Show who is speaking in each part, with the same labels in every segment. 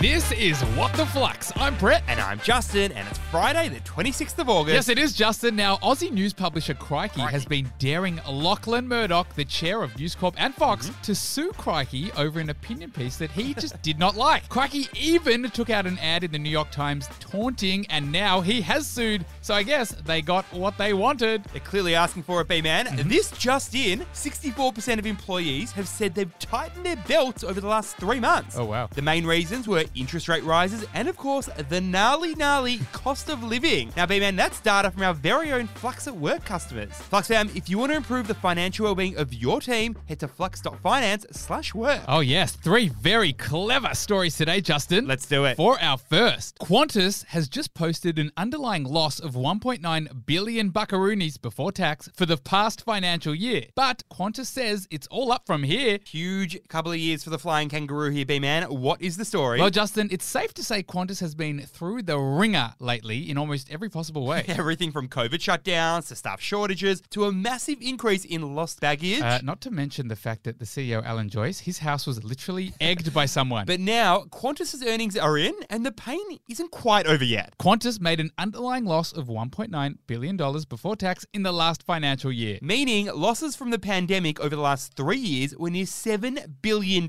Speaker 1: This is What the Flux. I'm Brett.
Speaker 2: And I'm Justin, and it's Friday, the 26th of
Speaker 1: Yes,
Speaker 2: August.
Speaker 1: it is Justin. Now, Aussie news publisher Crikey,
Speaker 2: Crikey.
Speaker 1: has been daring Lachlan Murdoch, the chair of News Corp and Fox, to sue Crikey over an opinion piece that he just did not like. Crikey even took out an ad in the New York Times taunting, and now he has sued. So I guess they got what they wanted.
Speaker 2: They're clearly asking for it, B man.
Speaker 1: Mm-hmm.
Speaker 2: This just in 64% of employees have said they've tightened their belts over the last three months.
Speaker 1: Oh, wow.
Speaker 2: The main reasons were interest rate rises and, of course, the gnarly, gnarly cost of living. Now, B man, that's data from our very own Flux at Work customers. Flux fam, if you want to improve the financial well being of your team, head to flux.finance slash work.
Speaker 1: Oh, yes. Three very clever stories today, Justin.
Speaker 2: Let's do it.
Speaker 1: For our first, Qantas has just posted an underlying loss of 1.9 billion buckaroonies before tax for the past financial year. But Qantas says it's all up from here.
Speaker 2: Huge couple of years for the flying kangaroo here, B man. What is the story?
Speaker 1: Well, Justin, it's safe to say Qantas has been through the ringer lately in almost every possible way.
Speaker 2: Everything from COVID shutdowns to staff shortages to a massive increase in lost baggage.
Speaker 1: Uh, not to mention the fact that the CEO, Alan Joyce, his house was literally egged by someone.
Speaker 2: but now Qantas's earnings are in, and the pain isn't quite over yet.
Speaker 1: Qantas made an underlying loss of $1.9 billion before tax in the last financial year.
Speaker 2: Meaning losses from the pandemic over the last three years were near $7 billion.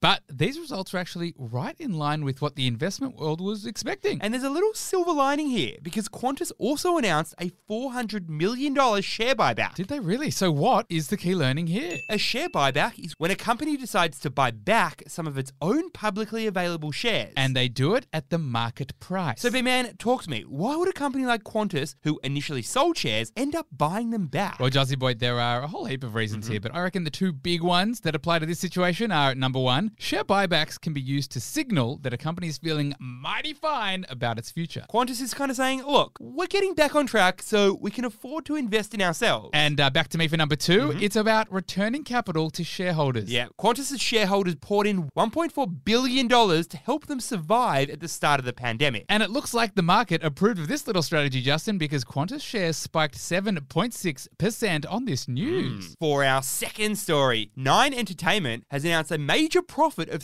Speaker 1: But these results are actually right in line with what the investment world was expecting.
Speaker 2: And there's a little silver lining here because Qantas also announced a $400 million share buyback.
Speaker 1: Did they really? So, what is the key learning here?
Speaker 2: A share buyback is when a company decides to buy back some of its own publicly available shares.
Speaker 1: And they do it at the market price.
Speaker 2: So, B-Man, talk to me. Why would a company like Qantas, who initially sold shares, end up buying them back?
Speaker 1: well, Jazzy Boyd, there are a whole heap of reasons here, but I reckon the two big ones that apply to this situation are number one, share buybacks can be used to signal that a company is feeling mighty fine about its future.
Speaker 2: Qantas is kind of saying, look, we're getting back on track, so we can afford to invest in ourselves.
Speaker 1: And uh, back to me for number 2
Speaker 2: Mm-hmm.
Speaker 1: it's about returning capital to shareholders.
Speaker 2: yeah, Qantas's shareholders poured in $1.4 billion to help them survive at the start of the pandemic.
Speaker 1: And it looks like the market approved of this little strategy, Justin, because Qantas shares spiked 7.6% on this news.
Speaker 2: For our second story, Nine Entertainment has announced a major profit of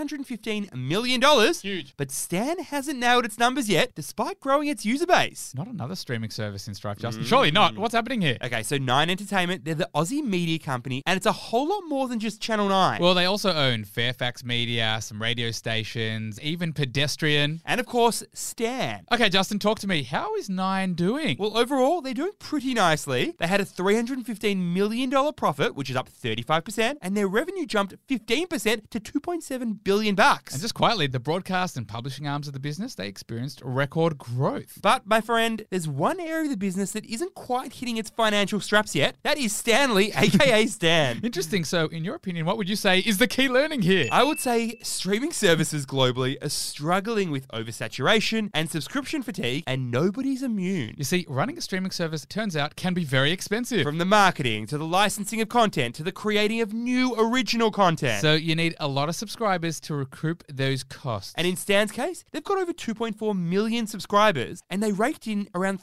Speaker 2: $315 million.
Speaker 1: Huge.
Speaker 2: But Stan hasn't nailed its numbers yet, despite growing its user base.
Speaker 1: Not another streaming service in strife, Justin. Surely not. What's happening here?
Speaker 2: Hmm. Okay, so Nine Entertainment, they're the Aussie media company, and it's a whole lot more than just Channel 9.
Speaker 1: Well, they also own Fairfax Media, some radio stations, even Pedestrian.
Speaker 2: and of course, Stan.
Speaker 1: Okay, Justin, talk to me. How is Nine doing?
Speaker 2: Well, overall, they're doing pretty nicely. They had a $315 million profit, which is up 35%, and their revenue jumped 15% to 2.7 billion bucks.
Speaker 1: and just quietly, the broadcast and publishing arms of the business, they experienced record growth.
Speaker 2: but, my friend, there's one area of the business that isn't quite hitting its financial straps yet. That is Stanley, aka Stan.
Speaker 1: Interesting. So, in your opinion, what would you say is the key learning here?
Speaker 2: I would say streaming services globally are struggling with oversaturation and subscription fatigue, and nobody's immune.
Speaker 1: you see, running a streaming service, turns out, can be very expensive.
Speaker 2: From the marketing to the licensing of content to the creating of new original content.
Speaker 1: So you need a lot of subscribers to recoup those costs.
Speaker 2: and in Stan's case, they've got over 2.4 million subscribers and they raked in around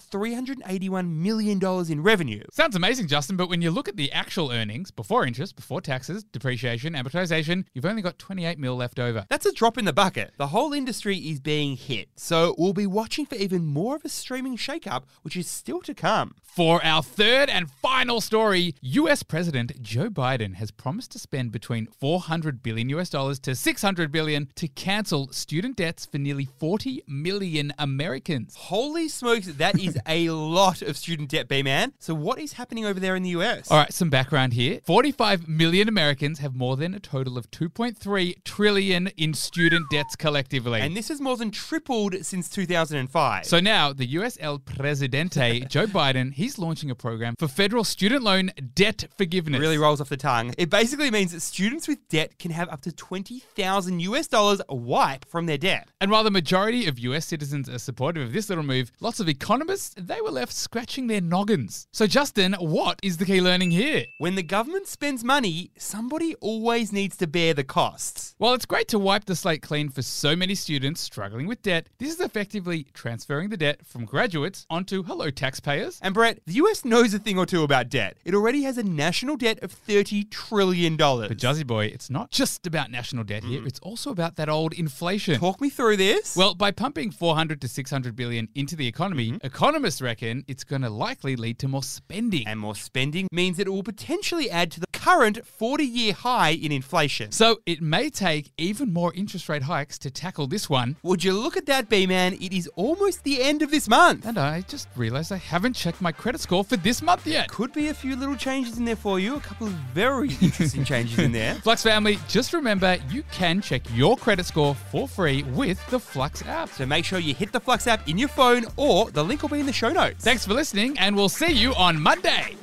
Speaker 2: $381 million in revenue.
Speaker 1: Sounds amazing, Justin, but when you look at the actual earnings before interest, before taxes, depreciation, amortization, you've only got 28 mil left over.
Speaker 2: That's a drop in the bucket. The whole industry is being hit. So we'll be watching for even more of a streaming shakeup, which is still to come.
Speaker 1: For our third and final story, US President Joe Biden has promised to spend between 400 billion US dollars to 600 billion to cancel student debts for nearly 40 million Americans.
Speaker 2: Holy smokes, that is a lot of student debt, B man. So what is happening over there in the US?
Speaker 1: All right, some background here. 45 million Americans have more than a total of 2.3 trillion in student debts collectively.
Speaker 2: And this has more than tripled since 2005.
Speaker 1: So now the USL Presidente, Joe Biden, he's launching a program for federal student loan debt forgiveness.
Speaker 2: really rolls off the tongue. It basically means that students with debt can have up to 20,000 US dollars wipe from their debt.
Speaker 1: And while the majority of US citizens are supportive of this little move, lots of economists, they were left scratching their noggins. So Justin, what is the key learning here?
Speaker 2: When the government spends money, somebody always needs to bear the costs.
Speaker 1: While it's great to wipe the slate clean for so many students struggling with debt, this is effectively transferring the debt from graduates onto hello taxpayers.
Speaker 2: And Brett, the US knows a thing or two about debt. It already has a national debt of $30 trillion.
Speaker 1: But Jazzy Boy, it's not just about national debt here, it's also about that old called inflation.
Speaker 2: Talk me through this.
Speaker 1: Well, by pumping 400 to 600 billion into the economy, economists reckon it's going to likely lead to more spending.
Speaker 2: and more spending means it will potentially add to the current 40 year high in inflation.
Speaker 1: so it may take even more interest rate hikes to tackle this one.
Speaker 2: Would you look at that, B man? It is almost the end of this month.
Speaker 1: And I just realized I haven't checked my credit score for this month yet.
Speaker 2: Could be a few little changes in there for you, a couple of very interesting changes in there.
Speaker 1: Flux family, just remember you can check your credit score for free with the Flux app.
Speaker 2: So make sure you hit the Flux app in your phone or the link will be in the show notes.
Speaker 1: Thanks for listening, and we'll see you on Monday.